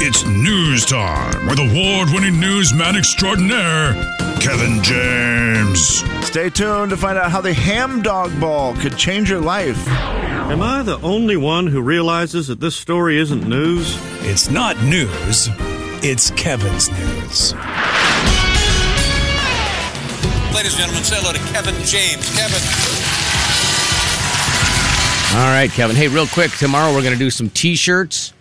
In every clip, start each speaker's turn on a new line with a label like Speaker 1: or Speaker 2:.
Speaker 1: It's news time with award winning newsman extraordinaire, Kevin James.
Speaker 2: Stay tuned to find out how the ham dog ball could change your life.
Speaker 3: Am I the only one who realizes that this story isn't news?
Speaker 4: It's not news, it's Kevin's news.
Speaker 5: Ladies and gentlemen, say hello to Kevin James. Kevin.
Speaker 6: All right, Kevin. Hey, real quick, tomorrow we're going to do some t-shirts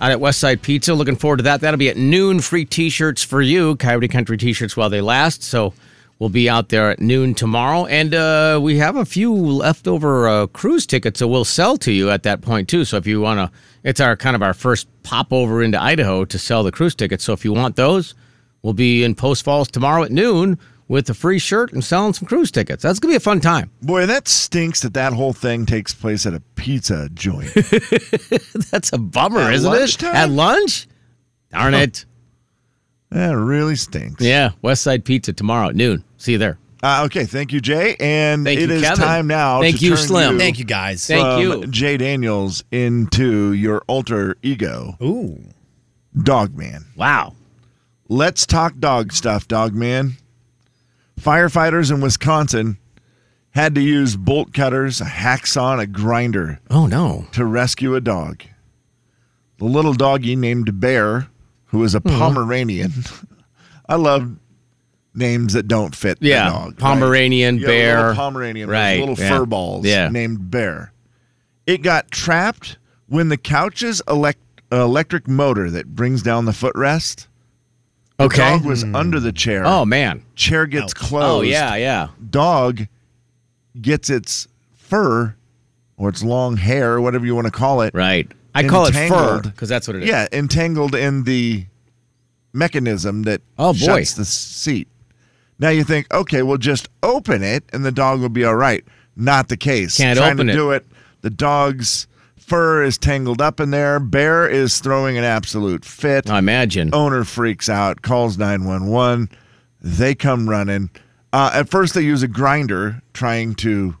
Speaker 6: out at Westside Pizza. Looking forward to that. That'll be at noon. Free t-shirts for you, Coyote Country t-shirts while they last. So we'll be out there at noon tomorrow, and uh, we have a few leftover uh, cruise tickets that we'll sell to you at that point too. So if you want to, it's our kind of our first pop over into Idaho to sell the cruise tickets. So if you want those, we'll be in Post Falls tomorrow at noon with a free shirt and selling some cruise tickets. That's gonna be a fun time.
Speaker 2: Boy, that stinks that that whole thing takes place at a pizza joint.
Speaker 6: That's a bummer,
Speaker 2: At
Speaker 6: isn't
Speaker 2: lunchtime?
Speaker 6: it? At lunch? Darn it.
Speaker 2: that really stinks.
Speaker 6: Yeah, West Side Pizza tomorrow at noon. See you there.
Speaker 2: Uh, okay, thank you, Jay. And
Speaker 6: Thank
Speaker 2: it
Speaker 6: you,
Speaker 2: is
Speaker 6: Kevin.
Speaker 2: time now.
Speaker 6: Thank
Speaker 2: to
Speaker 6: you,
Speaker 2: turn
Speaker 6: Slim.
Speaker 2: You
Speaker 6: Thank
Speaker 7: Thank you guys.
Speaker 6: Thank
Speaker 2: from
Speaker 6: you.
Speaker 2: Jay Daniels, into your alter ego,
Speaker 7: Ooh.
Speaker 2: Dogman.
Speaker 6: Wow.
Speaker 2: Let's talk dog stuff, Dogman. Firefighters in Wisconsin had to use bolt cutters, a hacksaw, and a grinder
Speaker 6: Oh no.
Speaker 2: to rescue a dog. The little doggy named Bear, who is a
Speaker 6: Mm-hmm.
Speaker 2: Pomeranian. I love names that don't fit
Speaker 6: Yeah.
Speaker 2: the dog. right?
Speaker 6: Pomeranian
Speaker 2: Yeah,
Speaker 6: bear.
Speaker 2: little Pomeranian, those
Speaker 6: Right,
Speaker 2: little
Speaker 6: yeah.
Speaker 2: fur balls
Speaker 6: Yeah.
Speaker 2: named Bear. It got trapped when the couch's elect- electric motor that brings down the footrest. The
Speaker 6: okay.
Speaker 2: dog was under the chair.
Speaker 6: Oh man.
Speaker 2: chair gets closed.
Speaker 6: Oh yeah, yeah.
Speaker 2: Dog gets its fur or its long hair, whatever you want to call it.
Speaker 6: Right. I call it fur
Speaker 2: Entangled.
Speaker 6: because that's what it is.
Speaker 2: Yeah, entangled in the mechanism that
Speaker 6: Oh, boy.
Speaker 2: shuts the seat. Now you think, okay, well, just open it and the dog will be all right. Not the case.
Speaker 6: Can't
Speaker 2: Trying
Speaker 6: open
Speaker 2: to
Speaker 6: it.
Speaker 2: do it. The dog's fur is tangled up in there. Bear is throwing an absolute fit.
Speaker 6: I imagine.
Speaker 2: Owner freaks out, calls 911. They come running. Uh, at first, they use a grinder trying to,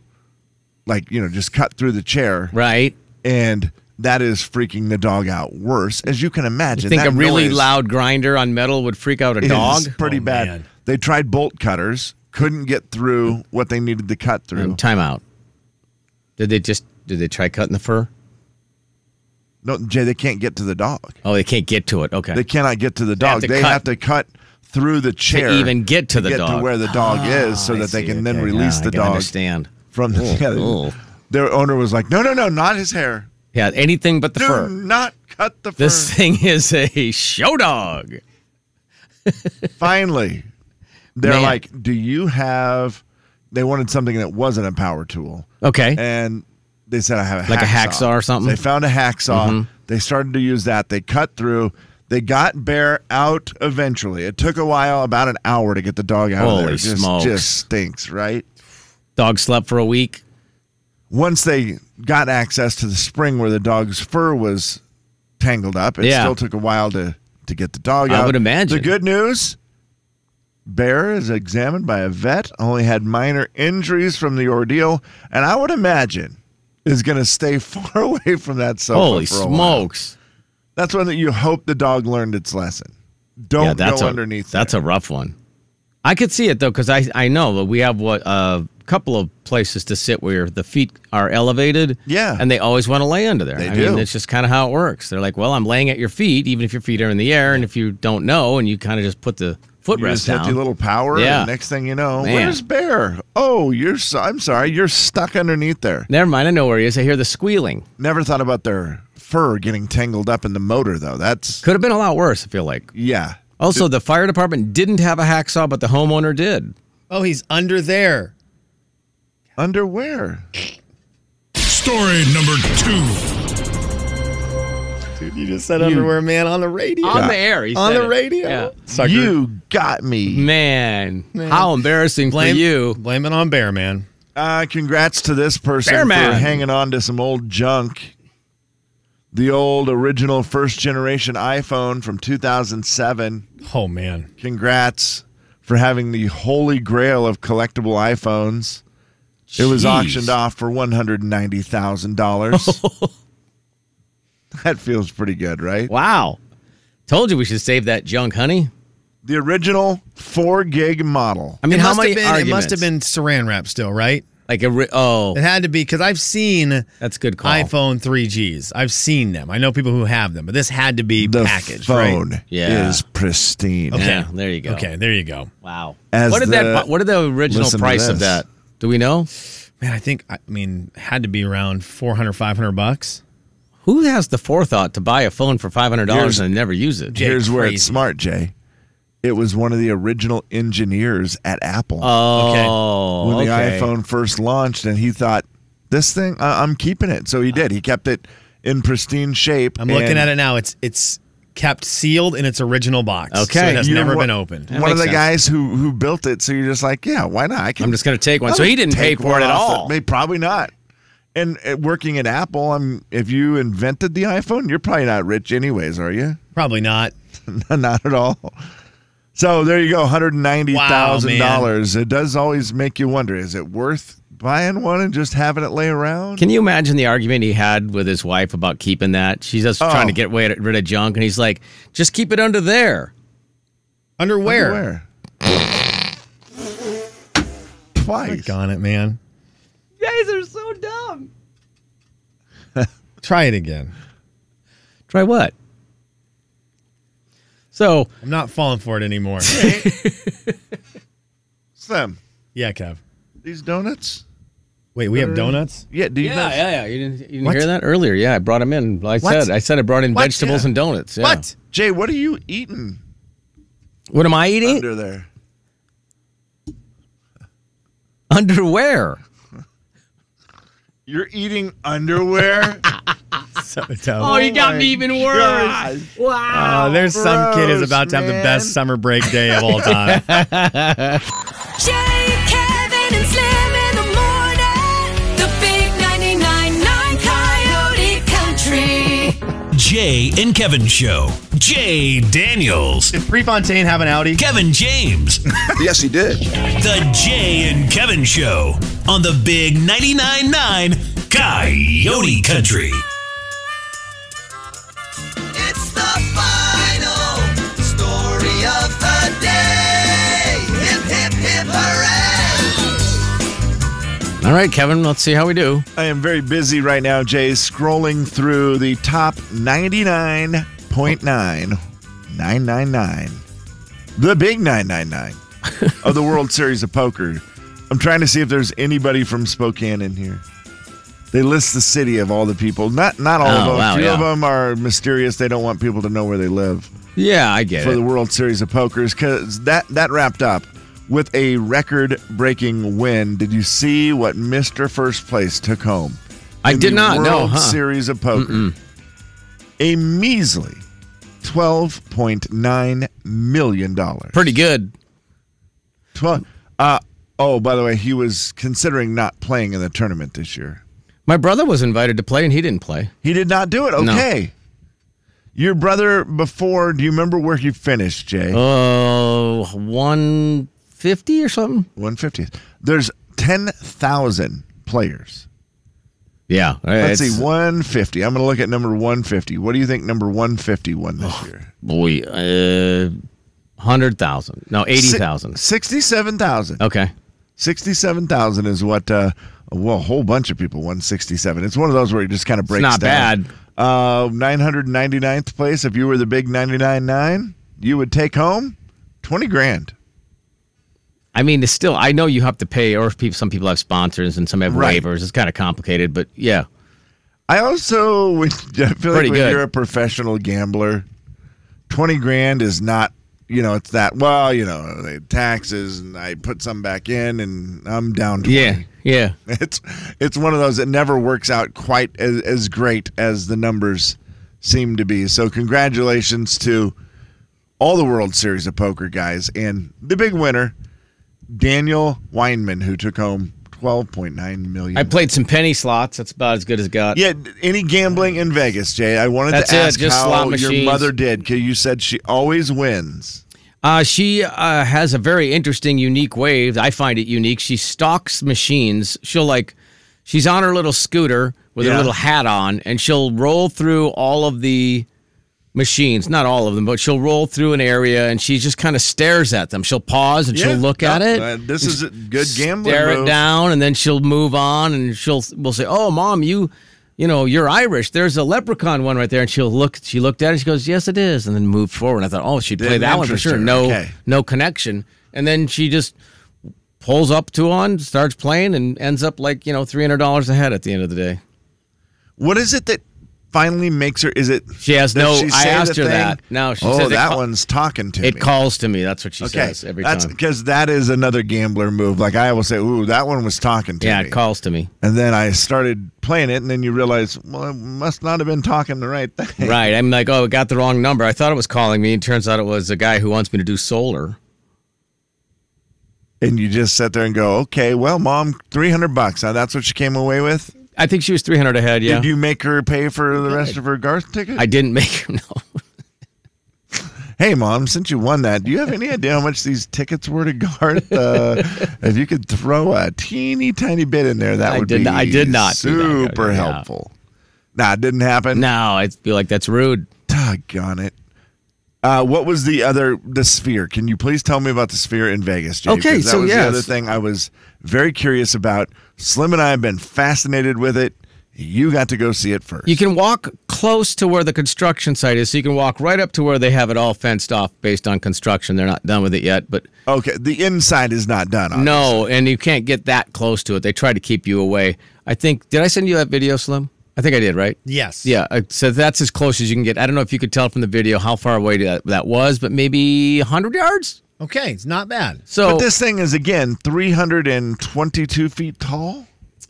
Speaker 2: like, you know, just cut through the chair
Speaker 6: Right.
Speaker 2: and that is freaking the dog out worse, as you can imagine.
Speaker 6: You think
Speaker 2: that
Speaker 6: a really
Speaker 2: noise
Speaker 6: loud grinder on metal would freak out a
Speaker 2: is
Speaker 6: dog?
Speaker 2: pretty
Speaker 7: Oh,
Speaker 2: bad.
Speaker 7: man.
Speaker 2: They tried bolt cutters, couldn't get through what they needed to cut through.
Speaker 6: Um, time out. Did they just did they try cutting the fur?
Speaker 2: no, Jay, they can't get to the dog.
Speaker 6: Oh, they can't get to it. Okay.
Speaker 2: They cannot get to the
Speaker 6: have
Speaker 2: dog.
Speaker 6: to
Speaker 2: They
Speaker 6: cut-
Speaker 2: have to cut through the chair
Speaker 6: even get to the dog. Ah,
Speaker 2: where the dog is, so
Speaker 6: I
Speaker 2: that they
Speaker 6: see.
Speaker 2: can then
Speaker 6: Okay,
Speaker 2: release
Speaker 6: yeah,
Speaker 2: the
Speaker 6: I can
Speaker 2: dog
Speaker 6: understand.
Speaker 2: from the. Yeah,
Speaker 6: oh.
Speaker 2: Their owner was like, "No, no, no, not his hair.
Speaker 6: Yeah, anything but the
Speaker 2: Do
Speaker 6: fur.
Speaker 2: not cut the fur."
Speaker 6: This thing is a show dog.
Speaker 2: finally they're
Speaker 6: Man.
Speaker 2: like do you have they wanted something that wasn't a power tool
Speaker 6: Okay.
Speaker 2: and they said i have a
Speaker 6: Like a
Speaker 2: hacksaw.
Speaker 6: hacksaw or something? Mm-hmm.
Speaker 2: they found a hacksaw they started to use that they cut through they got bear out eventually it took a while about an hour to get the dog out of there
Speaker 6: Holy
Speaker 2: It just,
Speaker 6: smokes.
Speaker 2: just stinks right
Speaker 6: Dog slept for a week.
Speaker 2: once they got access to the spring where the dog's fur was tangled up, it
Speaker 6: Yeah.
Speaker 2: still took a while to to get the dog
Speaker 6: I
Speaker 2: out.
Speaker 6: would imagine.
Speaker 2: The good news, Bear is examined by a vet, only had minor injuries from the ordeal, and I would imagine is going to stay far away from that sofa.
Speaker 6: Holy
Speaker 2: for a while.
Speaker 6: smokes.
Speaker 2: That's one that you hope the dog learned its lesson. Don't
Speaker 6: yeah, that's
Speaker 2: go
Speaker 6: a,
Speaker 2: underneath.
Speaker 6: That's
Speaker 2: there.
Speaker 6: a rough one. I could see it though, because I I know that we have what a couple of places to sit where the feet are elevated.
Speaker 2: Yeah.
Speaker 6: and they always want to lay under there.
Speaker 2: They
Speaker 6: I
Speaker 2: do.
Speaker 6: mean, it's just kind of how it works. They're like, well, I'm laying at your feet, even if your feet are in the air, and if you don't know, and you kind of just put the
Speaker 2: You
Speaker 6: footrest
Speaker 2: just hit
Speaker 6: down.
Speaker 2: the little power,
Speaker 6: Yeah.
Speaker 2: and next thing you know,
Speaker 6: Man.
Speaker 2: where's Bear? Oh, you're. So, I'm sorry, you're stuck underneath there.
Speaker 6: Never mind, I know where he is. I hear the squealing.
Speaker 2: Never thought about their fur getting tangled up in the motor, though. That's
Speaker 6: Could have been a lot worse. I feel like.
Speaker 2: yeah.
Speaker 6: Also, the fire department didn't have a hacksaw, but the homeowner did.
Speaker 7: Oh, he's under there.
Speaker 2: Underwear.
Speaker 1: Story number two.
Speaker 7: Dude, you just said underwear man on the radio.
Speaker 6: On the air, he
Speaker 7: on
Speaker 6: said
Speaker 7: the
Speaker 6: it.
Speaker 7: radio.
Speaker 6: Yeah.
Speaker 7: Sucker.
Speaker 2: You got
Speaker 6: Mm-hmm.
Speaker 2: me.
Speaker 6: Man, how embarrassing
Speaker 7: blame
Speaker 6: for you.
Speaker 7: Blame it on Bear Man.
Speaker 2: Uh, congrats to this person
Speaker 6: Bear
Speaker 2: for
Speaker 6: man.
Speaker 2: hanging on to some old junk. The old original first generation iPhone from 2007.
Speaker 7: Oh man.
Speaker 2: Congrats for having the holy grail of collectible iPhones. It was
Speaker 6: Jeez.
Speaker 2: auctioned off for $190,000. that feels pretty good, right?
Speaker 6: Wow. Told you we should save that junk, honey.
Speaker 2: The original four gig model.
Speaker 6: I mean,
Speaker 7: it
Speaker 6: how
Speaker 7: must
Speaker 6: many
Speaker 7: have been,
Speaker 6: arguments?
Speaker 7: It must have been saran wrap still, right?
Speaker 6: like a re- oh,
Speaker 7: It had to be because I've seen
Speaker 6: that's a good call.
Speaker 7: iPhone 3Gs. I've seen them. I know people who have them, but this had to be
Speaker 2: The
Speaker 7: packaged, right?
Speaker 2: phone
Speaker 6: Yeah.
Speaker 2: is pristine.
Speaker 7: Okay.
Speaker 6: Yeah, there you go.
Speaker 7: Okay, there you go.
Speaker 6: Wow.
Speaker 2: As
Speaker 6: what did
Speaker 2: the-
Speaker 6: that? What did the original
Speaker 2: listen to
Speaker 6: price of
Speaker 2: this.
Speaker 6: that? Do we know?
Speaker 7: Man, I think I mean had to be around 400 500 bucks.
Speaker 6: Who has the forethought to buy a phone for five hundred
Speaker 2: Here's-
Speaker 6: dollars and never use it?
Speaker 7: Jay,
Speaker 2: Here's where it's
Speaker 7: crazy.
Speaker 2: smart, Jay. It was one of the original engineers at Apple
Speaker 6: Oh,
Speaker 2: when the
Speaker 6: okay.
Speaker 2: iPhone first launched, and he thought, "This thing, I- I'm keeping it." So he did. He kept it in pristine shape.
Speaker 7: Uh, I'm looking
Speaker 2: and
Speaker 7: at it now. It's it's kept sealed in its original box. so
Speaker 6: Okay.
Speaker 7: it has
Speaker 2: you're
Speaker 7: never
Speaker 2: one-
Speaker 7: been opened.
Speaker 2: one of
Speaker 6: makes
Speaker 2: the
Speaker 6: sense.
Speaker 2: guys who who built it. So you're just like, "Yeah, why not?" I can,
Speaker 6: I'm just gonna take one.
Speaker 2: I'll
Speaker 6: So he didn't pay
Speaker 2: take
Speaker 6: for
Speaker 2: one
Speaker 6: it at
Speaker 2: off
Speaker 6: all.
Speaker 2: May probably not. And uh, working at Apple, I'm if you invented the iPhone, you're probably not rich anyways, are you?
Speaker 7: Probably not.
Speaker 2: not at all. So there you go, hundred ninety thousand dollars. It does always make you wonder: is it worth buying one and just having it lay around?
Speaker 6: Can you imagine the argument he had with his wife about keeping that? She's just
Speaker 2: Oh.
Speaker 6: trying to get way- rid of junk, and he's like, "Just keep it under there."
Speaker 7: Underwear. Underwear.
Speaker 2: Where? Twice.
Speaker 7: Gone it, man.
Speaker 6: You guys are so dumb.
Speaker 7: Try it again.
Speaker 6: Try what? So
Speaker 7: I'm not falling for it anymore.
Speaker 2: Slim,
Speaker 7: yeah, Kev.
Speaker 2: these donuts?
Speaker 7: Wait, we have donuts?
Speaker 2: Yeah, do you know?
Speaker 6: yeah. You didn't, you didn't
Speaker 7: What?
Speaker 6: hear that earlier? Yeah, I brought him in. I
Speaker 7: What?
Speaker 6: said, I said I brought in
Speaker 7: What?
Speaker 6: vegetables
Speaker 7: Yeah.
Speaker 6: and donuts. yeah.
Speaker 7: What?
Speaker 2: Jay, what are you eating
Speaker 6: What am I eating?
Speaker 2: under there?
Speaker 6: Underwear.
Speaker 2: You're eating underwear?
Speaker 7: So
Speaker 6: Oh,
Speaker 7: dumb.
Speaker 6: you got me even worse.
Speaker 2: Gosh.
Speaker 6: Wow.
Speaker 7: Oh, there's some kid is
Speaker 2: gross,
Speaker 7: about to have the
Speaker 2: man.
Speaker 7: best summer break day of all time.
Speaker 8: Jay, Kevin, and Slim in the morning. The big 99.9 Coyote Country.
Speaker 4: Jay and Kevin Show. Jay Daniels.
Speaker 7: Did Prefontaine have an Audi?
Speaker 4: Kevin James.
Speaker 9: Yes, he did.
Speaker 4: The Jay and Kevin Show on the Big 99.9 9 Coyote Country.
Speaker 10: It's the final story of the day. Hip, hip, hip, hooray!
Speaker 6: All right, Kevin, let's see how we do.
Speaker 2: I am very busy right now, Jay, scrolling through the top 99.9999, the big 999 of the World Series of Poker. I'm trying to see if there's anybody from Spokane in here. They list the city of all the people. Not not all of
Speaker 6: Oh,
Speaker 2: them.
Speaker 6: wow,
Speaker 2: a few of
Speaker 6: yeah.
Speaker 2: them are mysterious. They don't want people to know where they live
Speaker 6: Yeah, I get
Speaker 2: for the
Speaker 6: it.
Speaker 2: World Series of Pokers because that that wrapped up with a record-breaking win. Did you see what Mister First Place took home?
Speaker 6: I
Speaker 2: in
Speaker 6: did
Speaker 2: the
Speaker 6: not
Speaker 2: World
Speaker 6: know. Huh?
Speaker 2: Series of Poker, a measly twelve point nine million dollars.
Speaker 6: Pretty good.
Speaker 2: Tw- uh, oh, by the way, he was considering not playing in the tournament this year.
Speaker 6: My brother was invited to play, and he didn't play.
Speaker 2: He did not do it.
Speaker 6: No.
Speaker 2: Okay. Your brother before, do you remember where he finished, Jay?
Speaker 6: Oh, 150 or something?
Speaker 2: One fiftieth. There's ten thousand players.
Speaker 6: Yeah.
Speaker 2: Let's see, one fifty. I'm going to look at number one fifty. What do you think number one fifty won this year?
Speaker 6: Boy, uh, 100,000. No, 80,000.
Speaker 2: Sixty-seven thousand.
Speaker 6: Okay.
Speaker 2: Sixty-seven thousand is what. Uh, well, a whole bunch of people won sixty-seven. It's one of those where it just kind of breaks.
Speaker 6: not
Speaker 2: down. Uh, 999th place. If you were the big 99.9, you would take home twenty grand.
Speaker 6: I mean, it's still, I know you have to pay, or if people, some people have sponsors and some have
Speaker 2: Right.
Speaker 6: waivers. It's kind of complicated, but yeah.
Speaker 2: I also would- I feel
Speaker 6: Pretty
Speaker 2: like when
Speaker 6: good.
Speaker 2: you're a professional gambler, twenty grand is not you know it's that well you know the taxes and I put some back in and I'm down. 20.
Speaker 6: Yeah. Yeah.
Speaker 2: it's it's one of those that never works out quite as, as great as the numbers seem to be. So congratulations to all the World Series of Poker guys and the big winner, Daniel Weinman, who took home twelve point nine million.
Speaker 6: I played some penny slots. That's about as good as it got.
Speaker 2: Yeah, any gambling in Vegas, Jay? I wanted
Speaker 6: That's
Speaker 2: to
Speaker 6: it,
Speaker 2: ask
Speaker 6: just
Speaker 2: how
Speaker 6: slot
Speaker 2: your
Speaker 6: machines.
Speaker 2: mother did because you said she always wins.
Speaker 6: Uh, she uh, has a very interesting, unique way. I find it unique. She stalks machines. She'll like, she's on her little scooter with
Speaker 2: Yeah.
Speaker 6: her little hat on, and she'll roll through all of the machines, not all of them, but she'll roll through an area and she just kind of stares at them. She'll pause and she'll
Speaker 2: Yeah,
Speaker 6: look
Speaker 2: yeah,
Speaker 6: at it.
Speaker 2: uh, this is a good gambling
Speaker 6: Stare it
Speaker 2: move.
Speaker 6: down, and then she'll move on, and she'll we'll say, "Oh, mom, you, you know, you're Irish. There's a leprechaun one right there." And she'll look. She looked at it. She goes, "Yes, it is," and then moved forward. I thought, "Oh, she'd play
Speaker 2: Didn't
Speaker 6: that one for
Speaker 2: interest
Speaker 6: sure."
Speaker 2: her.
Speaker 6: No,
Speaker 2: Okay.
Speaker 6: no connection. And then she just pulls up to one, starts playing, and ends up like you know three hundred dollars ahead at the end of the day.
Speaker 2: What is it that finally makes her? Is it
Speaker 6: She has
Speaker 2: does
Speaker 6: no-
Speaker 2: she
Speaker 6: I
Speaker 2: say
Speaker 6: asked
Speaker 2: the
Speaker 6: her
Speaker 2: thing?
Speaker 6: that. No, she
Speaker 2: oh,
Speaker 6: says it
Speaker 2: that
Speaker 6: ca-
Speaker 2: one's talking to
Speaker 6: It
Speaker 2: me.
Speaker 6: calls to me. That's what she
Speaker 2: okay,
Speaker 6: says every
Speaker 2: that's
Speaker 6: time.
Speaker 2: because that is another gambler move. Like I will say, "Ooh, that one was talking to
Speaker 6: Yeah,
Speaker 2: me."
Speaker 6: it calls to me.
Speaker 2: and then I started playing it, and then you realize, well, I must not have been talking the right thing.
Speaker 6: Right. I'm like, oh, it got the wrong number. I thought it was calling me. and turns out it was a guy who wants me to do solar.
Speaker 2: And you just sit there and go, "Okay, well, mom, three hundred bucks. Now that's what she came away with."
Speaker 6: I think she was 300 ahead. Yeah.
Speaker 2: Did you make her pay for the rest of her Garth ticket?
Speaker 6: I didn't make her. No.
Speaker 2: hey, mom, since you won that, do you have any idea how much these tickets were to Garth? Uh, if you could throw a teeny tiny bit in there, that
Speaker 6: I
Speaker 2: would
Speaker 6: did
Speaker 2: be
Speaker 6: not- I did not do that, Garth.
Speaker 2: super
Speaker 6: Yeah.
Speaker 2: helpful. Nah, it didn't happen.
Speaker 6: No, I feel like that's rude.
Speaker 2: Doggone it. Uh, what was the other the sphere? Can you please tell me about the sphere in Vegas, Jay?
Speaker 6: Okay,
Speaker 2: 'Cause that
Speaker 6: so
Speaker 2: was the
Speaker 6: yes.
Speaker 2: other thing I was very curious about. Slim and I have been fascinated with it. You got to go see it first.
Speaker 6: You can walk close to where the construction site is. So you can walk right up to where they have it all fenced off based on construction. They're not done with it yet, but
Speaker 2: okay, the inside is not done. obviously.
Speaker 6: no, and you can't get that close to it. They try to keep you away. I think, did I send you that video, Slim? I think I did, right?
Speaker 7: Yes.
Speaker 6: Yeah, uh, so that's as close as you can get. I don't know if you could tell from the video how far away that, that was, but maybe 100 yards?
Speaker 7: Okay, it's not bad.
Speaker 6: So,
Speaker 2: But this thing is again 322 feet tall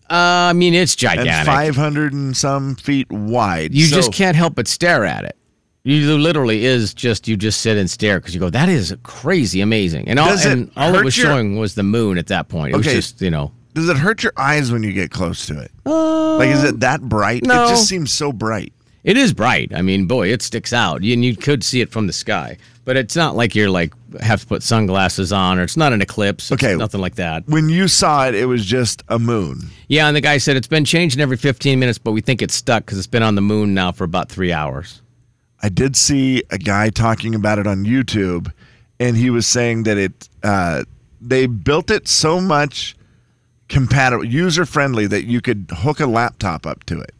Speaker 6: uh, I mean, it's
Speaker 2: and
Speaker 6: gigantic.
Speaker 2: 500 and some feet wide.
Speaker 6: you
Speaker 2: So-
Speaker 6: just can't help but stare at it. You literally is just you just sit and stare because you go that is crazy amazing and all
Speaker 2: Does it
Speaker 6: and all it
Speaker 2: hurt
Speaker 6: was
Speaker 2: your-
Speaker 6: showing was the moon at that point. It
Speaker 2: Okay.
Speaker 6: was just you know
Speaker 2: Does it hurt your eyes when you get close to it? like, is it that bright?
Speaker 6: Uh, no.
Speaker 2: It just seems so bright.
Speaker 6: it is bright. I mean, boy, it sticks out and you could see it from the sky. But it's not like you're like have to put sunglasses on or it's not an eclipse. It's
Speaker 2: Okay.
Speaker 6: nothing like that.
Speaker 2: When you saw it, it was just a moon.
Speaker 6: Yeah, and the guy said it's been changing every 15 minutes, but we think it's stuck because it's been on the moon now for about three hours.
Speaker 2: I did see a guy talking about it on YouTube, and he was saying that it uh, they built it so much compatible, user friendly that you could hook a laptop up to it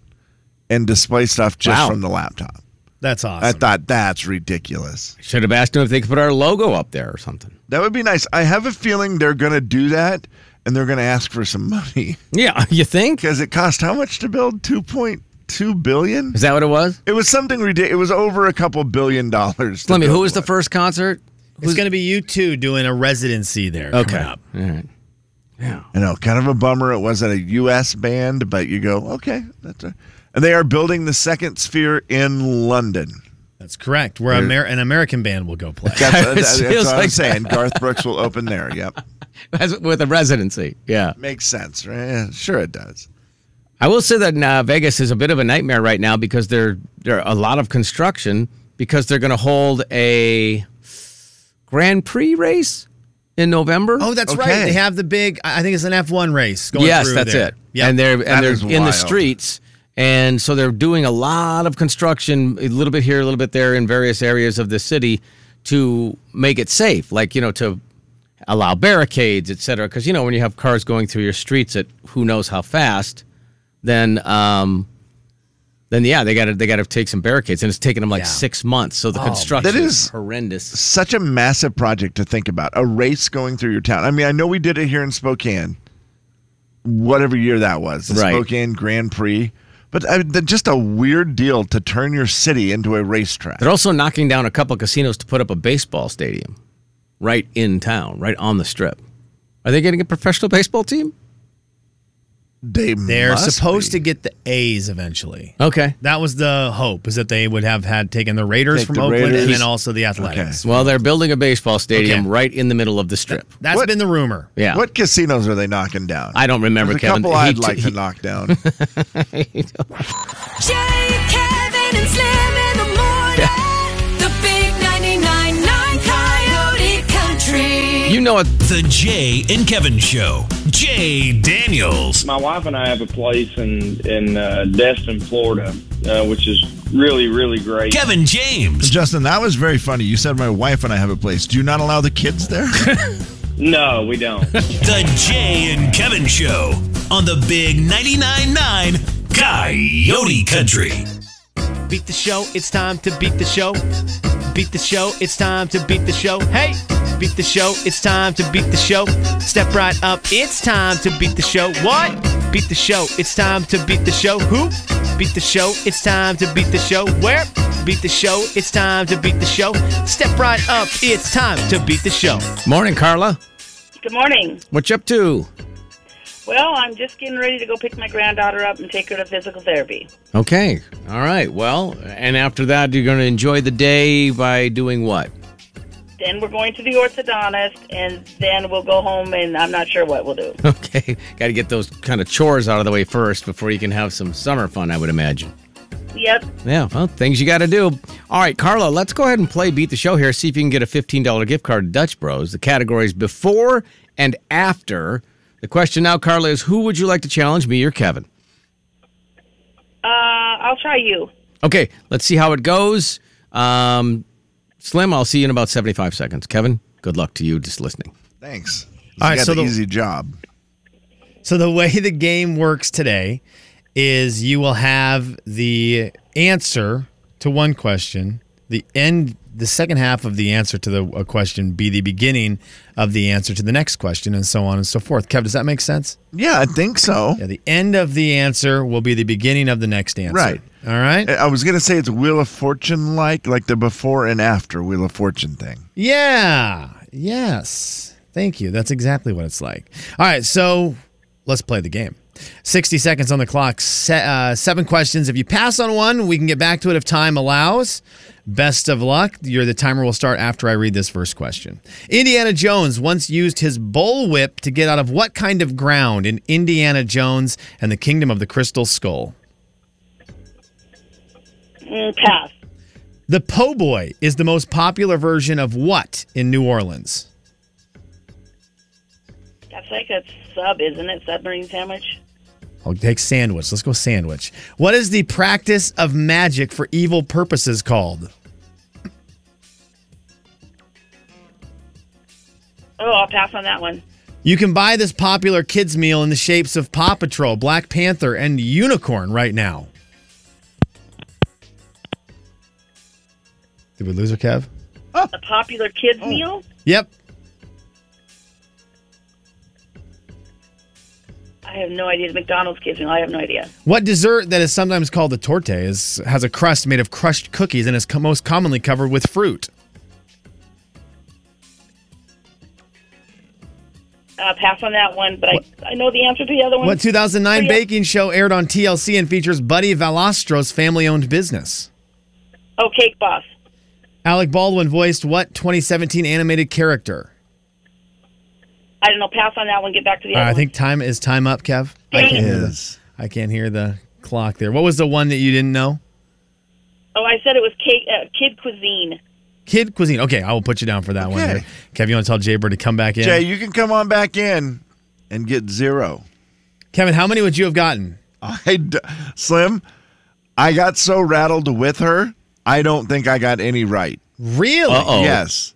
Speaker 2: and display stuff just
Speaker 6: Wow.
Speaker 2: from the laptop.
Speaker 7: That's awesome.
Speaker 2: I thought that's ridiculous.
Speaker 6: Should have asked him if they could put our logo up there or something.
Speaker 2: That would be nice. I have a feeling they're going to do that, and they're going to ask for some money
Speaker 6: Yeah, you think?
Speaker 2: because it cost how much to build two point two billion.
Speaker 6: Is that what it was?
Speaker 2: It was something ridiculous. It was over a couple billion dollars. to
Speaker 6: Let me.
Speaker 2: build
Speaker 6: Who was the
Speaker 2: one.
Speaker 6: first concert?
Speaker 7: it's going to be you two doing a residency there.
Speaker 6: Okay.
Speaker 7: coming up.
Speaker 6: All right.
Speaker 2: I know, kind of a bummer. It wasn't a U.S. band, but you go, okay, that's. A, and they are building the second sphere in London.
Speaker 7: That's correct. Where Amer- an American band will go play.
Speaker 2: That's,
Speaker 6: It
Speaker 2: that's,
Speaker 6: feels
Speaker 2: what I'm
Speaker 6: like
Speaker 2: saying. Garth Brooks will open there. Yep,
Speaker 6: As- With a residency. Yeah.
Speaker 2: makes sense, right? Yeah, Sure, it does.
Speaker 6: I will say that uh, Vegas is a bit of a nightmare right now because there there are a lot of construction because they're going to hold a Grand Prix race in November.
Speaker 7: Oh, that's
Speaker 2: Okay.
Speaker 7: right. They have the big. I I think it's an F one race going.
Speaker 6: yes,
Speaker 7: through
Speaker 6: that's
Speaker 7: there.
Speaker 6: it.
Speaker 7: Yeah,
Speaker 6: And they're and
Speaker 2: That
Speaker 6: they're
Speaker 2: is
Speaker 6: in the
Speaker 2: wild.
Speaker 6: streets. And so they're doing a lot of construction, a little bit here, a little bit there in various areas of the city to make it safe, like, you know, to allow barricades, et cetera. Because, you know, when you have cars going through your streets at who knows how fast, then, um, then yeah, they got to they got to take some barricades, and it's taken them like
Speaker 7: Yeah.
Speaker 6: six months. So the construction
Speaker 2: That
Speaker 6: is
Speaker 2: is-
Speaker 6: horrendous.
Speaker 2: Such a massive project to think about. A race going through your town. I mean, I know we did it here in Spokane, whatever year that was, the
Speaker 6: Right.
Speaker 2: Spokane Grand Prix. But I, that- just a weird deal to turn your city into a racetrack.
Speaker 6: They're also knocking down a couple casinos to put up a baseball stadium right in town, right on the strip. Are they getting a professional baseball team?
Speaker 2: They
Speaker 7: they're
Speaker 2: must
Speaker 7: supposed
Speaker 2: be.
Speaker 7: to get the A's eventually.
Speaker 6: Okay.
Speaker 7: That was the hope is that they would have had taken the Raiders
Speaker 2: Take
Speaker 7: from
Speaker 2: the
Speaker 7: Oakland
Speaker 2: Raiders.
Speaker 7: and then also the Athletics.
Speaker 6: Well, they're building a baseball stadium
Speaker 7: Okay.
Speaker 6: right in the middle of the strip.
Speaker 7: That's
Speaker 2: What-
Speaker 7: been the rumor.
Speaker 6: Yeah.
Speaker 2: What casinos are they knocking down?
Speaker 6: I don't remember,
Speaker 2: There's a
Speaker 6: Kevin.
Speaker 2: couple
Speaker 6: He
Speaker 2: I'd
Speaker 6: t-
Speaker 2: like to
Speaker 6: he-
Speaker 2: knock down.
Speaker 8: Jay, Kevin, and Slim in the morning. The big 99.9 Coyote Country.
Speaker 6: You know it.
Speaker 4: The Jay and Kevin Show. Jay Daniels.
Speaker 9: My wife and I have a place in in uh, Destin, Florida, uh, which is really really great.
Speaker 4: Kevin James.
Speaker 2: Justin, that was very funny. You said my wife and I have a place. Do you not allow the kids there?
Speaker 9: No, we don't.
Speaker 4: The Jay and Kevin Show on the Big 99.9 9 Coyote Country.
Speaker 11: Beat the show, it's time to beat the show. Beat the show, it's time to beat the show. Hey! Beat the show, it's time to beat the show. Step right up, it's time to beat the show. What? Beat the show, it's time to beat the show. Who? Beat the show, it's time to beat the show. Where? Beat the show, it's time to beat the show. Step right up, it's time to beat the show.
Speaker 6: Morning, Carla.
Speaker 12: Good morning.
Speaker 6: What you up to?
Speaker 12: Well, I'm just getting ready to go pick my granddaughter up and take her to physical therapy.
Speaker 6: Okay. All right. Well, and after that, you're going to enjoy the day by doing what?
Speaker 12: Then we're going to the orthodontist, and then we'll go home, and I'm not sure what we'll do.
Speaker 6: Okay. Got to get those kind of chores out of the way first before you can have some summer fun, I would imagine.
Speaker 12: yep. uh,
Speaker 6: Yeah. Well, things you got to do. All right, Carla, let's go ahead and play Beat the Show here. See if you can get a $15 gift card to Dutch Bros. The categories before and after. The question now, Carla, is who would you like to challenge, me or Kevin?
Speaker 12: Uh, I'll try you.
Speaker 6: Okay, let's see how it goes. Um, Slim, I'll see you in about 75 seconds. Kevin, good luck to you just listening.
Speaker 2: Thanks. You
Speaker 7: All right,
Speaker 2: got
Speaker 7: so
Speaker 2: the
Speaker 7: the-
Speaker 2: easy job.
Speaker 7: So the way the game works today is you will have the answer to one question, the end the second half of the answer to the a question be the beginning of the answer to the next question and so on and so forth. Kev, does that make sense?
Speaker 2: Yeah, I think so.
Speaker 7: Yeah, the end of the answer will be the beginning of the next answer.
Speaker 2: Right.
Speaker 7: All right.
Speaker 2: I I was gonna say it's Wheel of Fortune like, like the before and after Wheel of Fortune thing.
Speaker 7: Yeah. Yes. Thank you. That's exactly what it's like. All right. So let's play the game. 60 seconds on the clock. Se- uh, seven questions. If you pass on one, we can get back to it if time allows. Best of luck. Your the timer will start after I read this first question. Indiana Jones once used his bullwhip to get out of what kind of ground in Indiana Jones and the Kingdom of the Crystal Skull?
Speaker 12: Mm, pass.
Speaker 7: The po' boy is the most popular version of what in New Orleans?
Speaker 12: That's like a sub, isn't it? Submarine sandwich.
Speaker 7: I'll take sandwich. Let's go sandwich. What is the practice of magic for evil purposes called?
Speaker 12: Oh, I'll pass on that one.
Speaker 7: You can buy this popular kids meal in the shapes of Paw Patrol, Black Panther, and Unicorn right now. Did we lose her, Kev?
Speaker 12: A popular kids meal.
Speaker 7: Yep.
Speaker 12: I have no idea. The McDonald's kids meal. I have no idea.
Speaker 7: What dessert that is sometimes called the torte is has a crust made of crushed cookies and is co- most commonly covered with fruit?
Speaker 12: Uh, pass on that one, but I, I know the answer to the other one.
Speaker 7: What 2009
Speaker 12: Oh, yeah.
Speaker 7: baking show aired on TLC and features Buddy Valostro's family-owned business?
Speaker 12: Oh, Cake Boss.
Speaker 7: Alec Baldwin voiced what 2017 animated character?
Speaker 12: I don't know. Pass on that one. Get back to the
Speaker 7: All
Speaker 12: other
Speaker 7: right, Uh, I
Speaker 12: one.
Speaker 7: think time is time up, Kev. I
Speaker 12: Dang
Speaker 7: can't,
Speaker 12: it.
Speaker 7: hear the,
Speaker 2: Is
Speaker 7: I can't hear the clock there. What was the one that you didn't know?
Speaker 12: Oh, I said it was cake, uh, kid cuisine.
Speaker 7: Kid Cuisine. Okay, I will put you down for that one.
Speaker 2: Okay.
Speaker 7: Here. Kev, you want to tell Jay Bird to come back in?
Speaker 2: Jay, you can come on back in and get zero.
Speaker 7: Kevin, how many would you have gotten?
Speaker 2: I d- Slim, I got so rattled with her. I don't think I got any right.
Speaker 7: Really?
Speaker 6: Uh-oh. Uh, Oh.
Speaker 2: Yes.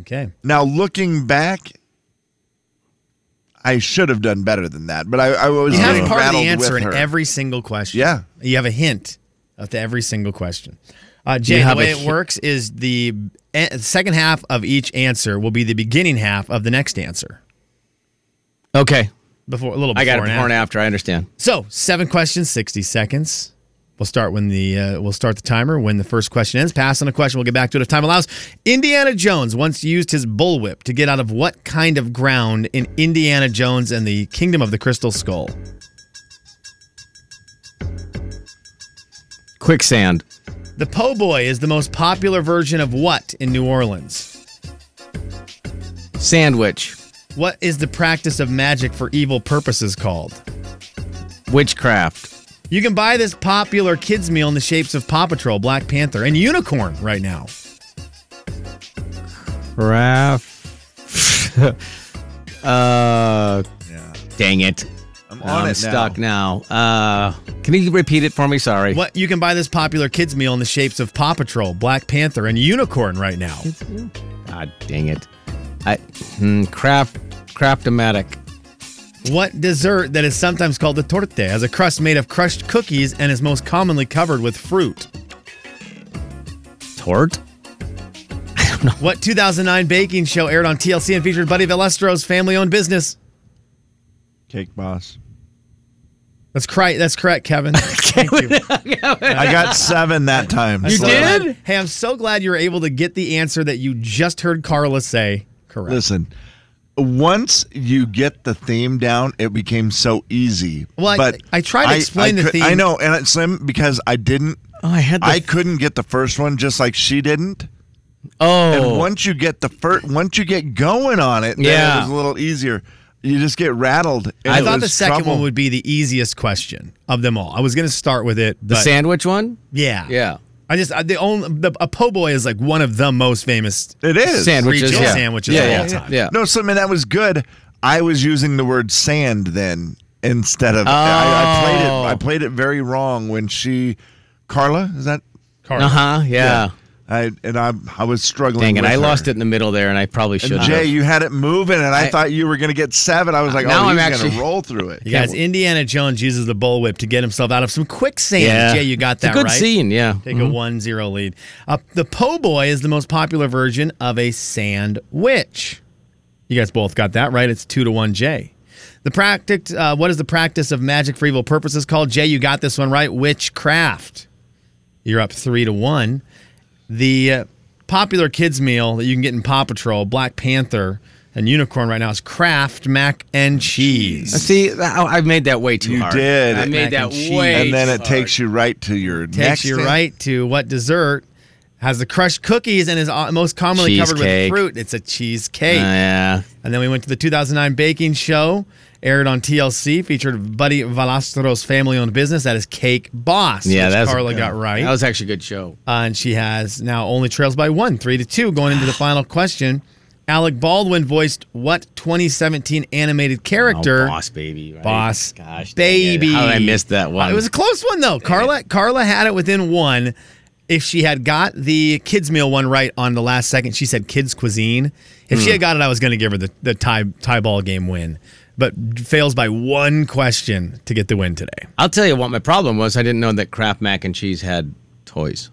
Speaker 7: Okay.
Speaker 2: Now looking back, I should have done better than that. But I, I was
Speaker 7: You
Speaker 2: getting
Speaker 7: have part of the
Speaker 2: rattled
Speaker 7: answer
Speaker 2: with
Speaker 7: in
Speaker 2: her.
Speaker 7: every single question.
Speaker 2: Yeah.
Speaker 7: You have a hint of the every single question. Uh, Jay,
Speaker 6: You
Speaker 7: the
Speaker 6: have a
Speaker 7: way it
Speaker 6: hi-
Speaker 7: works is the eh, second half of each answer will be the beginning half of the next answer.
Speaker 6: Okay.
Speaker 7: Before a little before
Speaker 6: I got it
Speaker 7: and
Speaker 6: before and after. I understand.
Speaker 7: So seven questions, sixty seconds. We'll start when the uh, we'll start the timer when the first question ends. Pass on a question. We'll get back to it if time allows. Indiana Jones once used his bullwhip to get out of what kind of ground in Indiana Jones and the Kingdom of the Crystal Skull?
Speaker 6: Quicksand.
Speaker 7: The po' boy is the most popular version of what in New Orleans?
Speaker 6: Sandwich.
Speaker 7: What is the practice of magic for evil purposes called?
Speaker 6: Witchcraft.
Speaker 7: You can buy this popular kids meal in the shapes of Paw Patrol, Black Panther, and Unicorn right now.
Speaker 6: Craft. uh,
Speaker 2: Yeah.
Speaker 6: Dang it.
Speaker 2: I'm
Speaker 7: on it now.
Speaker 6: stuck now. Uh, can you repeat it for me? Sorry.
Speaker 7: What you can buy this popular kids meal in the shapes of Paw Patrol, Black Panther, and Unicorn right now.
Speaker 6: God dang it. I mm, craft craftomatic.
Speaker 7: What dessert that is sometimes called the torte has a crust made of crushed cookies and is most commonly covered with fruit?
Speaker 6: Tort?
Speaker 7: What 2009 baking show aired on TLC and featured Buddy Valestro's family-owned business?
Speaker 2: Cake Boss.
Speaker 7: That's cri- That's correct, Kevin. Thank you.
Speaker 2: I got seven that time.
Speaker 7: I'm
Speaker 2: so-
Speaker 7: so glad- Hey, I'm so glad you were able to get the answer that you just heard Carla say. Correct.
Speaker 2: Listen, once you get the theme down, it became so easy.
Speaker 7: Well, I-
Speaker 2: but
Speaker 7: I tried to explain the
Speaker 2: could-
Speaker 7: theme.
Speaker 2: I know, and it's Slim because I didn't.
Speaker 6: Oh, I had the-
Speaker 2: I couldn't get the first one, just like she didn't.
Speaker 6: Oh.
Speaker 2: And once you get the first, once you get going on it, then
Speaker 6: Yeah.
Speaker 2: it was a little easier. You just get rattled. and
Speaker 7: I
Speaker 2: it
Speaker 7: thought the
Speaker 2: was
Speaker 7: second
Speaker 2: trouble.
Speaker 7: one would be the easiest question of them all. I was going to start with it.
Speaker 6: The
Speaker 7: but-
Speaker 6: sandwich one?
Speaker 7: Yeah.
Speaker 6: Yeah.
Speaker 7: I just I, the only the, a po' boy is like one of the most famous.
Speaker 2: It is
Speaker 6: Sandwiches,
Speaker 7: Regional
Speaker 6: yeah.
Speaker 7: sandwiches
Speaker 6: Yeah,
Speaker 7: of
Speaker 6: yeah,
Speaker 7: all time.
Speaker 6: yeah.
Speaker 2: No, so man, that was good. I was using the word sand then instead of. I, I played it. I played it very wrong when she, Carla, is that?
Speaker 7: Carla.
Speaker 6: Uh-huh, yeah.
Speaker 2: I and I I was struggling.
Speaker 6: Dang it.
Speaker 2: with
Speaker 6: I
Speaker 2: her.
Speaker 6: lost it in the middle there and I probably should
Speaker 2: And
Speaker 6: have.
Speaker 2: Jay, you had it moving, and I,
Speaker 6: I-
Speaker 2: thought you were going to get seven. I was like,
Speaker 6: Now
Speaker 2: oh,
Speaker 6: I'm
Speaker 2: he's going
Speaker 6: actually-
Speaker 2: to roll through it.
Speaker 7: You guys, Indiana Jones uses the bullwhip to get himself out of some quicksand.
Speaker 6: Yeah.
Speaker 7: Jay, you got
Speaker 6: It's a
Speaker 7: that
Speaker 6: good
Speaker 7: right.
Speaker 6: scene, yeah.
Speaker 7: Take
Speaker 6: Mhm.
Speaker 7: a 1-0 lead. Uh, the po' boy is the most popular version of a sandwich. You guys both got that right. It's two to one, Jay. The practice. Uh, what is the practice of magic for evil purposes called? Jay, you got this one right. Witchcraft. You're up three to one. The uh, popular kids meal that you can get in Paw Patrol, Black Panther, and Unicorn right now is Kraft mac and cheese.
Speaker 6: See, I I made that way too
Speaker 2: You
Speaker 6: hard.
Speaker 2: did.
Speaker 6: I made
Speaker 7: Mac
Speaker 6: that
Speaker 7: and cheese.
Speaker 6: way
Speaker 2: and then
Speaker 6: too
Speaker 2: it takes you right to your
Speaker 7: takes
Speaker 2: next
Speaker 7: you
Speaker 2: thing.
Speaker 7: right to what dessert has the crushed cookies and is uh, most commonly covered with
Speaker 6: Cheesecake.
Speaker 7: fruit. It's a cheesecake.
Speaker 6: Oh, yeah.
Speaker 7: And then we went to the 2009 baking show, aired on TLC, featured Buddy Valastro's family-owned business. That is Cake Boss.
Speaker 6: Yeah,
Speaker 7: which
Speaker 6: that's
Speaker 7: Carla got right.
Speaker 6: That was actually a good show.
Speaker 7: Uh, and she has now only trails by one, three to two, going into the final question. Alec Baldwin voiced what 2017 animated character?
Speaker 6: Oh, boss baby. Right?
Speaker 7: Boss
Speaker 6: Gosh, dang it.
Speaker 7: baby.
Speaker 6: How did I missed that one.
Speaker 7: Uh, It was a close one though. Carla Carla had it within one. If she had got the kids meal one right on the last second, she said kids cuisine. If
Speaker 6: Hmm.
Speaker 7: she had got it, I was going to give her the, the tie tie ball game win, but fails by one question to get the win today.
Speaker 6: I'll tell you what my problem was. I didn't know that Kraft mac and cheese had toys.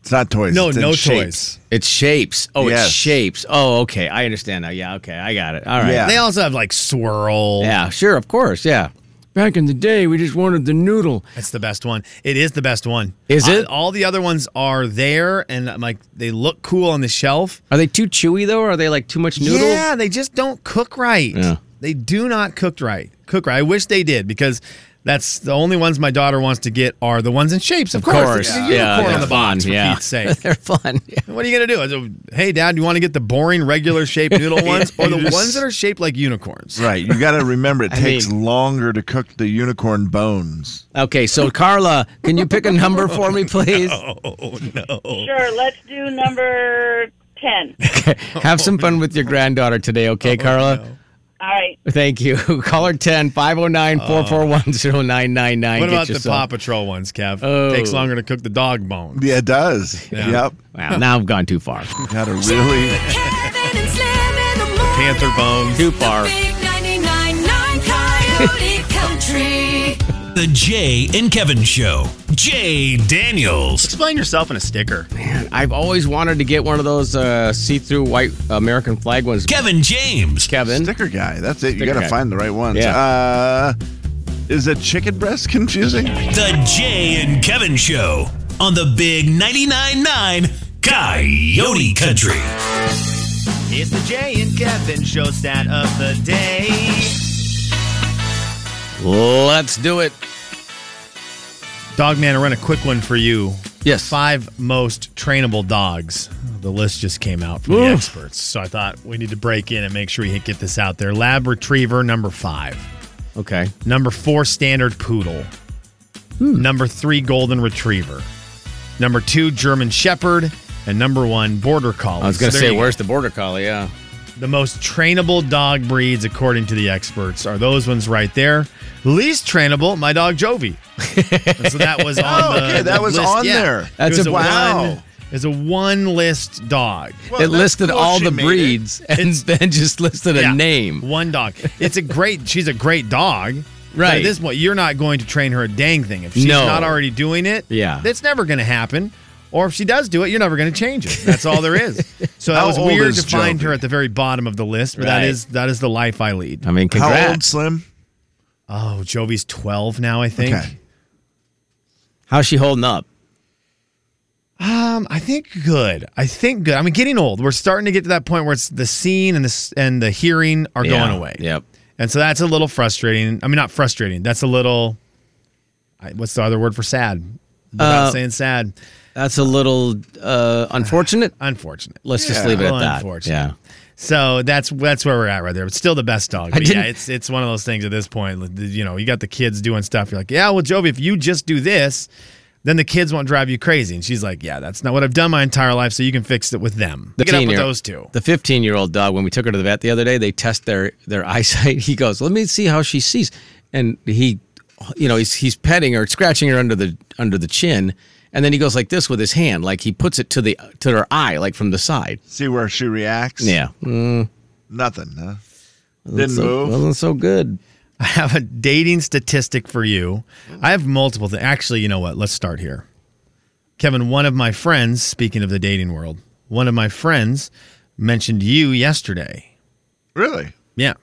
Speaker 2: It's not toys.
Speaker 7: No,
Speaker 2: it's in
Speaker 7: no
Speaker 2: shapes.
Speaker 7: toys.
Speaker 6: It's shapes. Oh,
Speaker 2: Yes.
Speaker 6: it's shapes. Oh, okay. I understand now. Yeah, okay. I got it. All right.
Speaker 2: Yeah.
Speaker 6: Yeah,
Speaker 7: They also have like swirl.
Speaker 6: sure. Of course. Yeah. Back in the day, we just wanted the noodle.
Speaker 7: That's the best one. It is the best one.
Speaker 6: Is
Speaker 7: I-
Speaker 6: it?
Speaker 7: all the other ones are there and um, like they look cool on the shelf.
Speaker 6: Are they too chewy, though? Are they like too much noodle?
Speaker 7: Yeah, they just don't cook right.
Speaker 6: Yeah.
Speaker 7: They do not cook right. Cook right. I wish they did because that's the only ones my daughter wants to get are the ones in shapes. Of,
Speaker 6: Of course.
Speaker 7: It's a unicorn
Speaker 6: they're
Speaker 7: on the
Speaker 6: fun.
Speaker 7: box. For
Speaker 6: yeah.
Speaker 7: Pete's sake.
Speaker 6: they're fun. Yeah.
Speaker 7: What are you gonna do? Hey, Dad, you want to get the boring regular shaped noodle ones or the
Speaker 2: You just-
Speaker 7: ones that are shaped like unicorns?
Speaker 2: Right. You got to remember it
Speaker 6: I
Speaker 2: takes
Speaker 6: mean-
Speaker 2: longer to cook the unicorn bones.
Speaker 6: Okay, so Carla, can you pick a number for me, please?
Speaker 7: Oh no.
Speaker 12: Sure, let's do number 10.
Speaker 6: Have some fun with your granddaughter today, okay, Carla?
Speaker 12: All right.
Speaker 6: Thank you. Caller 10 509 441 0999.
Speaker 7: What about the Paw Patrol ones, Kev?
Speaker 6: Oh.
Speaker 7: Takes longer to cook the dog bone.
Speaker 2: Yeah, it does.
Speaker 7: Yeah.
Speaker 2: Yep.
Speaker 6: Wow, now I've gone too far.
Speaker 2: Got to really.
Speaker 8: Kevin and Slim in the morning.
Speaker 7: Panther bones.
Speaker 6: Too far.
Speaker 8: Big 99.9 Coyote Country.
Speaker 4: The Jay and Kevin Show. Jay Daniels.
Speaker 7: Explain yourself in a sticker.
Speaker 6: I've always wanted to get one of those uh, see through white American flag ones.
Speaker 4: Kevin James.
Speaker 6: Kevin.
Speaker 2: Sticker guy. That's it. You
Speaker 6: Sticker
Speaker 2: got
Speaker 6: guy.
Speaker 2: to find the right ones.
Speaker 6: Yeah.
Speaker 2: Uh, is a chicken breast confusing?
Speaker 4: The Jay and Kevin Show on the Big 99.9 9 Coyote Country.
Speaker 11: It's the Jay and Kevin show stat of the day.
Speaker 6: Let's do it.
Speaker 7: Dog man, I run a quick one for you.
Speaker 6: Yes.
Speaker 7: Five most trainable dogs. The list just came out from the
Speaker 6: Oof.
Speaker 7: experts. So I thought we need to break in and make sure we get this out there. Lab retriever, number five.
Speaker 6: Okay.
Speaker 7: Number four, standard poodle.
Speaker 6: Hmm.
Speaker 7: Number three, golden retriever. Number two, German shepherd. And number one, border collie.
Speaker 6: I was going
Speaker 7: So
Speaker 6: to
Speaker 7: there
Speaker 6: say,
Speaker 7: you go.
Speaker 6: where's the border collie? Yeah.
Speaker 7: The most trainable dog breeds, according to the experts, are those ones right there. Least trainable, my dog Jovi. And so that was on
Speaker 2: Oh,
Speaker 7: the-
Speaker 2: okay,
Speaker 7: the
Speaker 2: that was
Speaker 7: list.
Speaker 2: on
Speaker 7: Yeah.
Speaker 2: there.
Speaker 7: It
Speaker 2: That's
Speaker 7: was
Speaker 2: a-
Speaker 7: a
Speaker 2: wow.
Speaker 7: One, it's a one list dog.
Speaker 2: Well, It that's listed cool all she the made it. breeds
Speaker 7: and
Speaker 6: then just listed
Speaker 7: a name. One dog. It's a great. she's a great dog. but
Speaker 6: Right.
Speaker 7: at this point, you're not going to train her a dang thing if she's
Speaker 6: No.
Speaker 7: not already doing it.
Speaker 6: Yeah.
Speaker 7: that's never going to happen. Or if she does do it, you're never going to change it. That's all there is. So that
Speaker 2: How
Speaker 7: was
Speaker 2: old
Speaker 7: weird
Speaker 2: is
Speaker 7: to find
Speaker 2: Jovi?
Speaker 7: her at the very bottom of the list, but that
Speaker 2: Right.
Speaker 7: is that is the life I lead.
Speaker 6: I mean,
Speaker 2: How
Speaker 6: congrats.
Speaker 2: old, Slim?
Speaker 7: Oh, Jovi's 12 now, I think.
Speaker 2: Okay.
Speaker 6: How's she holding up?
Speaker 7: Um, I think good. I think good. I mean, getting old. We're starting to get to that point where it's the seeing and the s- and the hearing are
Speaker 6: Yeah,
Speaker 7: going away.
Speaker 6: Yep.
Speaker 7: And so that's a little frustrating. I mean, not frustrating. That's a little. I, what's the other word for sad? Without
Speaker 6: Uh,
Speaker 7: saying sad.
Speaker 6: That's a little uh, unfortunate.
Speaker 7: unfortunate.
Speaker 6: Let's just
Speaker 7: Yeah.
Speaker 6: leave it
Speaker 7: Well,
Speaker 6: at that.
Speaker 7: unfortunate.
Speaker 6: Yeah.
Speaker 7: So that's that's where we're at right there. But still the best dog.
Speaker 6: I
Speaker 7: But yeah,
Speaker 6: didn't-
Speaker 7: it's it's one of those things at this point. like, You know, you got the kids doing stuff. You're like, yeah, well, Jovi, if you just do this, then the kids won't drive you crazy. And she's like, yeah, that's not what I've done my entire life. So you can fix it with them. Get up with
Speaker 6: 15-year-old
Speaker 7: those two.
Speaker 6: The 15 year old dog, when we took her to the vet the other day, they test their, their eyesight. He goes, Let me see how she sees. And he, you know, he's, he's petting her, scratching her under the, under the chin. And then he goes like this with his hand, like he puts it to the to her eye, like from the side.
Speaker 2: See where she reacts?
Speaker 6: Yeah, Mm,
Speaker 2: Nothing, huh?
Speaker 6: wasn't
Speaker 2: Didn't
Speaker 6: so-
Speaker 2: move.
Speaker 6: Wasn't so good.
Speaker 7: I have a dating statistic for you. I have multiple things. Actually, you know what? Let's start here. Kevin, one of my friends, speaking of the dating world, one of my friends mentioned you yesterday.
Speaker 2: Really?
Speaker 7: Yeah.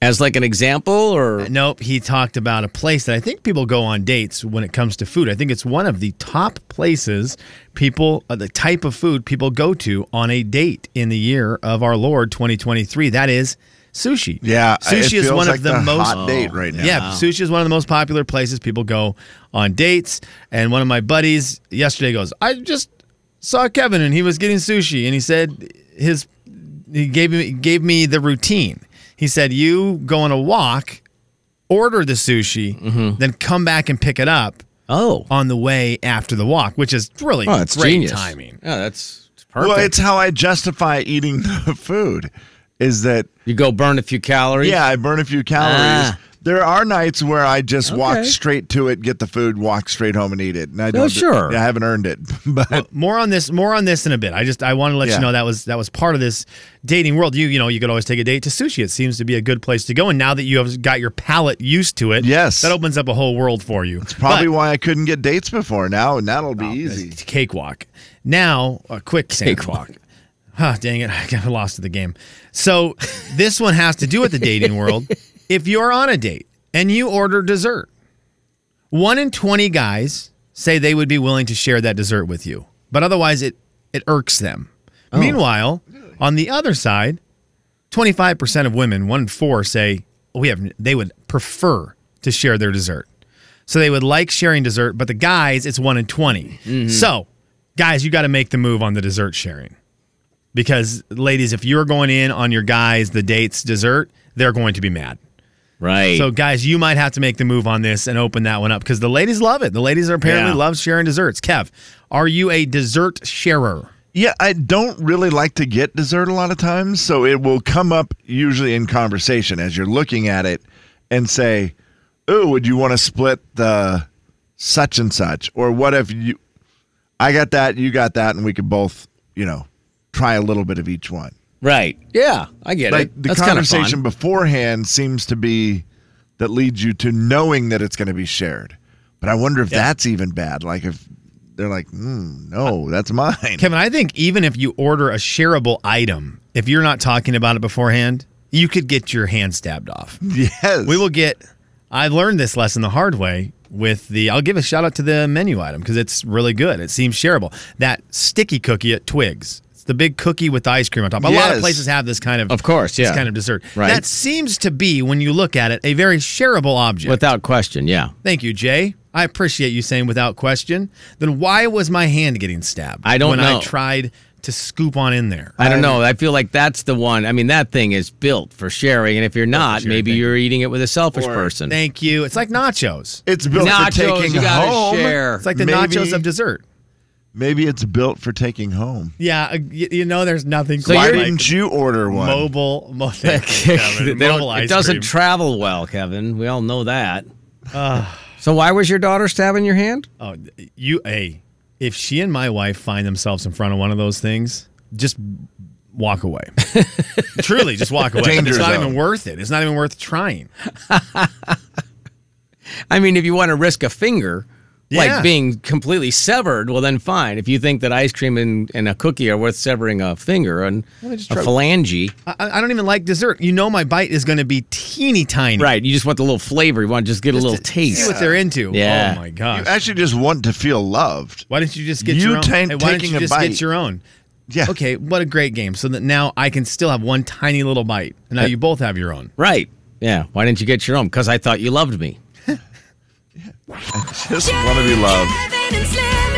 Speaker 6: As like an example, or
Speaker 7: Uh, nope, he talked about a place that I think people go on dates when it comes to food. I think it's one of the top places people, uh, the type of food people go to on a date in the year of our Lord 2023. That is sushi.
Speaker 2: Yeah, it
Speaker 7: sushi is
Speaker 2: feels
Speaker 7: one
Speaker 2: like
Speaker 7: of the,
Speaker 2: the
Speaker 7: most
Speaker 2: hot date right now.
Speaker 7: Yeah,
Speaker 2: Wow.
Speaker 7: sushi is one of the most popular places people go on dates. And one of my buddies yesterday goes, I just saw Kevin and he was getting sushi, and he said his he gave me gave me the routine. He said, "You go on a walk, order the sushi,
Speaker 6: Mm-hmm.
Speaker 7: then come back and pick it up."
Speaker 6: Oh,
Speaker 7: on the way after the walk, which is really
Speaker 6: Oh, that's
Speaker 7: great
Speaker 6: genius.
Speaker 7: timing.
Speaker 6: Yeah, that's it's perfect.
Speaker 2: Well, it's how I justify eating the food is that
Speaker 6: you go burn a few calories.
Speaker 2: Yeah, I burn a few calories.
Speaker 6: Ah.
Speaker 2: There are nights where I just walk
Speaker 6: Okay.
Speaker 2: straight to it, get the food, walk straight home and eat it. And I
Speaker 6: No,
Speaker 2: don't
Speaker 6: sure.
Speaker 2: I haven't earned it. But
Speaker 7: More on this, more on this in a bit. I just I want to let
Speaker 2: Yeah.
Speaker 7: you know that was that was part of this dating world. You you know you could always take a date to sushi. It seems to be a good place to go, and now that you have got your palate used to it,
Speaker 2: Yes.
Speaker 7: that opens up a whole world for you. It's
Speaker 2: probably why I couldn't get dates before. Now that'll be
Speaker 6: Oh,
Speaker 2: easy.
Speaker 7: cakewalk. Now a quick Sam.
Speaker 6: Cakewalk.
Speaker 7: Huh, dang it. I got lost to the game. So this one has to do with the dating world. If you're on a date and you order dessert, one in 20 guys say they would be willing to share that dessert with you, but otherwise it, it irks them. Meanwhile, on the other side, 25% of women, one in four, say we have they would prefer to share their dessert. So they would like sharing dessert, but the guys, it's one in 20. So, guys, you got to make the move on the dessert sharing. Because, ladies, if you're going in on your guys, the date's dessert, they're going to be mad.
Speaker 6: Right.
Speaker 7: So, guys, you might have to make the move on this and open that one up because the ladies love it. The ladies are apparently
Speaker 6: Yeah.
Speaker 7: love sharing desserts. Kev, are you a dessert sharer?
Speaker 2: Yeah, I don't really like to get dessert a lot of times, so it will come up usually in conversation as you're looking at it and say, "Oh, would you want to split the such and such?" Or what if you I got that, you got that, and we could both, you know, try a little bit of each one.
Speaker 6: Right. Yeah, I get
Speaker 2: like
Speaker 6: it.
Speaker 2: the
Speaker 6: That's kind of fun.
Speaker 2: conversation beforehand seems to be that leads you to knowing that it's going to be shared. But I wonder if that's even bad. Like if they're like, mm, "No, that's mine."
Speaker 7: Kevin, I think even if you order a shareable item, if you're not talking about it beforehand, you could get your hand stabbed off.
Speaker 2: Yes.
Speaker 7: We will get. I learned this lesson the hard way with the. I'll give a shout out to the menu item because it's really good. It seems shareable. That sticky cookie at Twigs. It's the big cookie with the ice cream on top. A lot
Speaker 6: Yes.
Speaker 7: of places have this kind of.
Speaker 6: Of course, yeah.
Speaker 7: This kind of dessert.
Speaker 6: Right.
Speaker 7: That seems to be, when you look at it, a very shareable object.
Speaker 6: Without question, yeah.
Speaker 7: Thank you, Jay. I appreciate you saying without question. Then why was my hand getting stabbed?
Speaker 6: I don't
Speaker 7: when
Speaker 6: know.
Speaker 7: I tried to scoop on in there.
Speaker 6: I don't know. I feel like that's the one. I mean, that thing is built for sharing, and if you're not,
Speaker 7: sharing,
Speaker 6: maybe
Speaker 7: thank
Speaker 6: you're eating it with a selfish
Speaker 7: Or-
Speaker 6: person.
Speaker 7: Thank you. It's like nachos.
Speaker 2: It's built
Speaker 6: Nachos,
Speaker 2: for taking
Speaker 6: you gotta
Speaker 2: home.
Speaker 6: share.
Speaker 7: It's like the
Speaker 2: Maybe-
Speaker 7: nachos of dessert.
Speaker 2: Maybe it's built for taking home.
Speaker 7: Yeah, uh, y- you, know, there's nothing.
Speaker 2: So Why didn't you order one?
Speaker 7: Mobile, mo-
Speaker 6: They
Speaker 7: Kevin,
Speaker 6: don't-
Speaker 7: mobile ice
Speaker 6: it doesn't
Speaker 7: cream.
Speaker 6: travel well, Kevin. We all know that. so why was your daughter stabbing your hand?
Speaker 7: Oh, you hey, if she and my wife find themselves in front of one of those things, just walk away. Truly, just walk away.
Speaker 6: Danger
Speaker 7: it's not
Speaker 6: zone.
Speaker 7: even worth it. It's not even worth trying.
Speaker 6: I mean, if you want to risk a finger,
Speaker 7: Yeah.
Speaker 6: like being completely severed, well then fine. If you think that ice cream and, and a cookie are worth severing a finger and
Speaker 7: Let me just
Speaker 6: a
Speaker 7: try-
Speaker 6: phalange,
Speaker 7: I, I don't even like dessert. You know, my bite is going to be teeny tiny.
Speaker 6: right? You just want the little flavor. You want to just get a little taste.
Speaker 7: See what they're into.
Speaker 6: Yeah. uh,
Speaker 7: Oh my gosh.
Speaker 2: You actually just want to feel loved.
Speaker 7: Why didn't you just get
Speaker 2: You
Speaker 7: your own?
Speaker 2: ta-
Speaker 7: hey, why didn't
Speaker 2: taking
Speaker 7: you
Speaker 2: a
Speaker 7: just
Speaker 2: bite.
Speaker 7: get your own?
Speaker 2: Yeah.
Speaker 7: Okay. What a great game. So that now I can still have one tiny little bite. And now you both have your own.
Speaker 6: Right? Yeah. Why didn't you get your own? Because I thought you loved me.
Speaker 2: Just want to be loved.
Speaker 8: Kevin and Slim